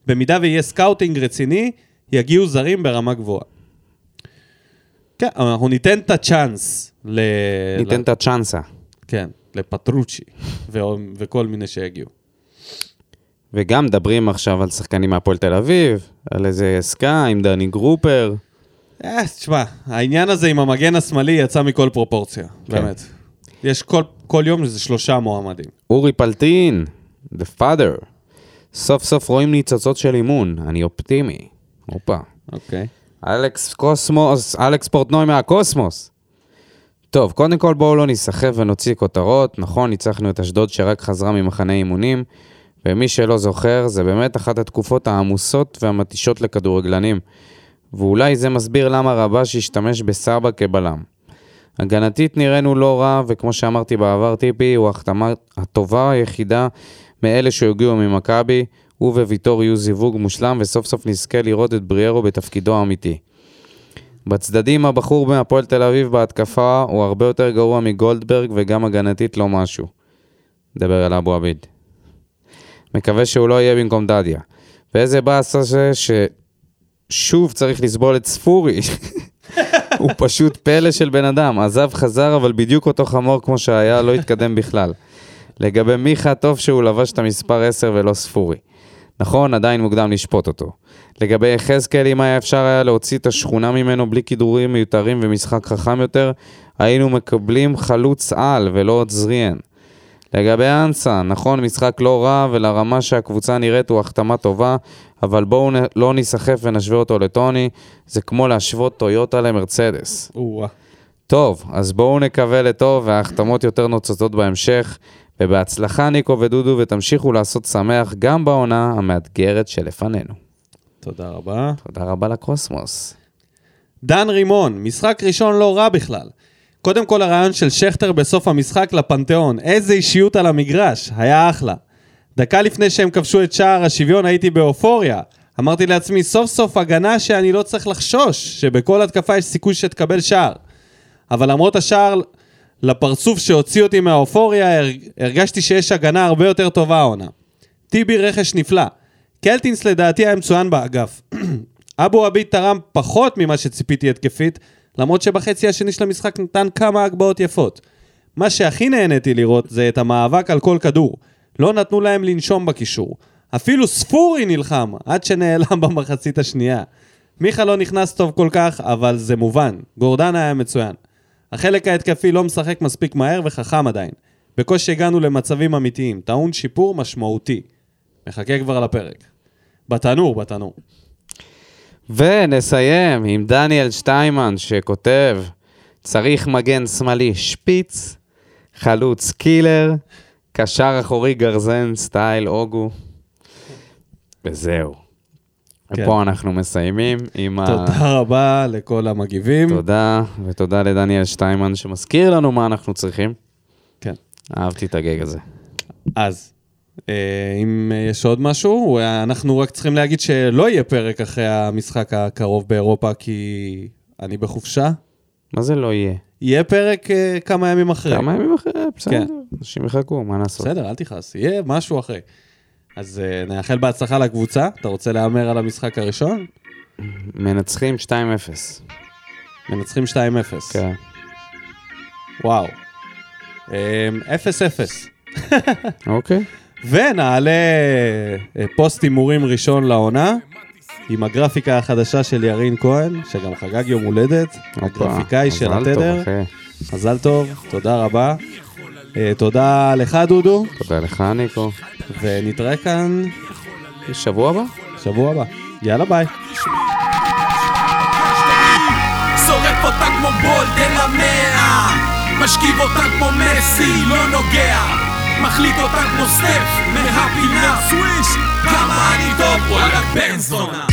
S1: במידה ויהיה סקאוטינג רציני, יגיעו זרים ברמה גבוהה. כן, אבל אנחנו ניתן את הצ'אנס ל...
S2: ניתן את הצ'אנסה.
S1: כן, לפטרוצ'י ו... וכל מיני שיגיעו.
S2: וגם מדברים עכשיו על שחקנים מהפועל תל אביב, על איזה עסקה עם דני גרופר.
S1: אה, תשמע, העניין הזה עם המגן השמאלי יצא מכל פרופורציה, באמת. יש כל, כל יום איזה שלושה מועמדים.
S2: אורי פלטין, The Father. סוף סוף רואים ניצוצות של אימון, אני אופטימי. הופה.
S1: אוקיי.
S2: אלכס קוסמוס, אלכס פורטנוי מהקוסמוס. טוב, קודם כל בואו לא ניסחף ונוציא כותרות. נכון, ניצחנו את אשדוד שרק חזרה ממחנה אימונים, ומי שלא זוכר, זה באמת אחת התקופות העמוסות והמתישות לכדורגלנים. ואולי זה מסביר למה רבש השתמש בסבא כבלם. הגנתית נראינו לא רע, וכמו שאמרתי בעבר, טיפי הוא ההחתמה הטובה היחידה מאלה שהגיעו ממכבי. הוא וויטור יהיו זיווג מושלם, וסוף סוף נזכה לראות את בריארו בתפקידו האמיתי. בצדדים הבחור מהפועל תל אביב בהתקפה הוא הרבה יותר גרוע מגולדברג וגם הגנתית לא משהו. נדבר על אבו עביד. מקווה שהוא לא יהיה במקום דדיה. ואיזה באסה זה ששוב צריך לסבול את ספורי. הוא פשוט פלא של בן אדם, עזב חזר אבל בדיוק אותו חמור כמו שהיה, לא התקדם בכלל. לגבי מיכה, טוב שהוא לבש את המספר 10 ולא ספורי. נכון, עדיין מוקדם לשפוט אותו. לגבי יחזקאל, אם היה אפשר היה להוציא את השכונה ממנו בלי כידורים מיותרים ומשחק חכם יותר, היינו מקבלים חלוץ על ולא עוד זריאן. לגבי אנסה, נכון, משחק לא רע, ולרמה שהקבוצה נראית הוא החתמה טובה, אבל בואו נ... לא ניסחף ונשווה אותו לטוני, זה כמו להשוות טויוטה למרצדס.
S1: או-אה.
S2: טוב, אז בואו נקווה לטוב וההחתמות יותר נוצצות בהמשך, ובהצלחה ניקו ודודו ותמשיכו לעשות שמח גם בעונה המאתגרת שלפנינו.
S1: תודה רבה.
S2: תודה רבה לקוסמוס.
S1: דן רימון, משחק ראשון לא רע בכלל. קודם כל הרעיון של שכטר בסוף המשחק לפנתיאון, איזה אישיות על המגרש, היה אחלה. דקה לפני שהם כבשו את שער השוויון הייתי באופוריה. אמרתי לעצמי, סוף סוף הגנה שאני לא צריך לחשוש, שבכל התקפה יש סיכוי שתקבל שער. אבל למרות השער לפרצוף שהוציא אותי מהאופוריה, הר- הרגשתי שיש הגנה הרבה יותר טובה העונה. טיבי רכש נפלא. קלטינס לדעתי היה מצוין באגף. אבו עביד תרם פחות ממה שציפיתי התקפית, למרות שבחצי השני של המשחק נתן כמה הגבהות יפות. מה שהכי נהניתי לראות זה את המאבק על כל כדור. לא נתנו להם לנשום בקישור. אפילו ספורי נלחם, עד שנעלם במחצית השנייה. מיכה לא נכנס טוב כל כך, אבל זה מובן. גורדן היה מצוין. החלק ההתקפי לא משחק מספיק מהר וחכם עדיין. בקושי הגענו למצבים אמיתיים. טעון שיפור משמעותי. מחכה כבר לפרק. בתנור, בתנור.
S2: ונסיים עם דניאל שטיימן שכותב, צריך מגן שמאלי שפיץ, חלוץ קילר, קשר אחורי גרזן סטייל אוגו, וזהו.
S1: כן.
S2: ופה אנחנו מסיימים עם ה...
S1: תודה רבה לכל המגיבים.
S2: אה. תודה, ותודה לדניאל שטיימן שמזכיר לנו מה אנחנו צריכים.
S1: כן.
S2: אהבתי את הגג הזה.
S1: אז, אה, אם אה, יש עוד משהו, אה, אנחנו רק צריכים להגיד שלא יהיה פרק אחרי המשחק הקרוב באירופה, כי אני בחופשה.
S2: מה זה לא יהיה?
S1: יהיה פרק אה, כמה ימים אחרי.
S2: כמה ימים אחרי, בסדר,
S1: כן.
S2: אנשים יחכו, מה לעשות?
S1: בסדר, אל תכעס, יהיה משהו אחרי. אז אה, נאחל בהצלחה לקבוצה. אתה רוצה להמר על המשחק הראשון?
S2: מנצחים 2-0.
S1: מנצחים 2-0.
S2: כן.
S1: וואו. אה, 0-0.
S2: אוקיי.
S1: ונעלה אה, פוסט הימורים ראשון לעונה, עם הגרפיקה החדשה של ירין כהן, שגם חגג יום הולדת, הגרפיקאי
S2: הופה,
S1: של
S2: מזל טוב,
S1: התדר.
S2: אחי.
S1: מזל טוב, תודה רבה. אה, תודה לך, דודו,
S2: תודה לך, ניקו.
S1: ונתראה כאן
S2: שבוע הבא?
S1: שבוע הבא. יאללה, ביי.
S4: שורף אותה כמו בולדן המאה משכיב אותה כמו מסי, לא נוגע מחליט אותה כמו סטף מהפינה סוויש כמה אני טוב, וואלה בן זונה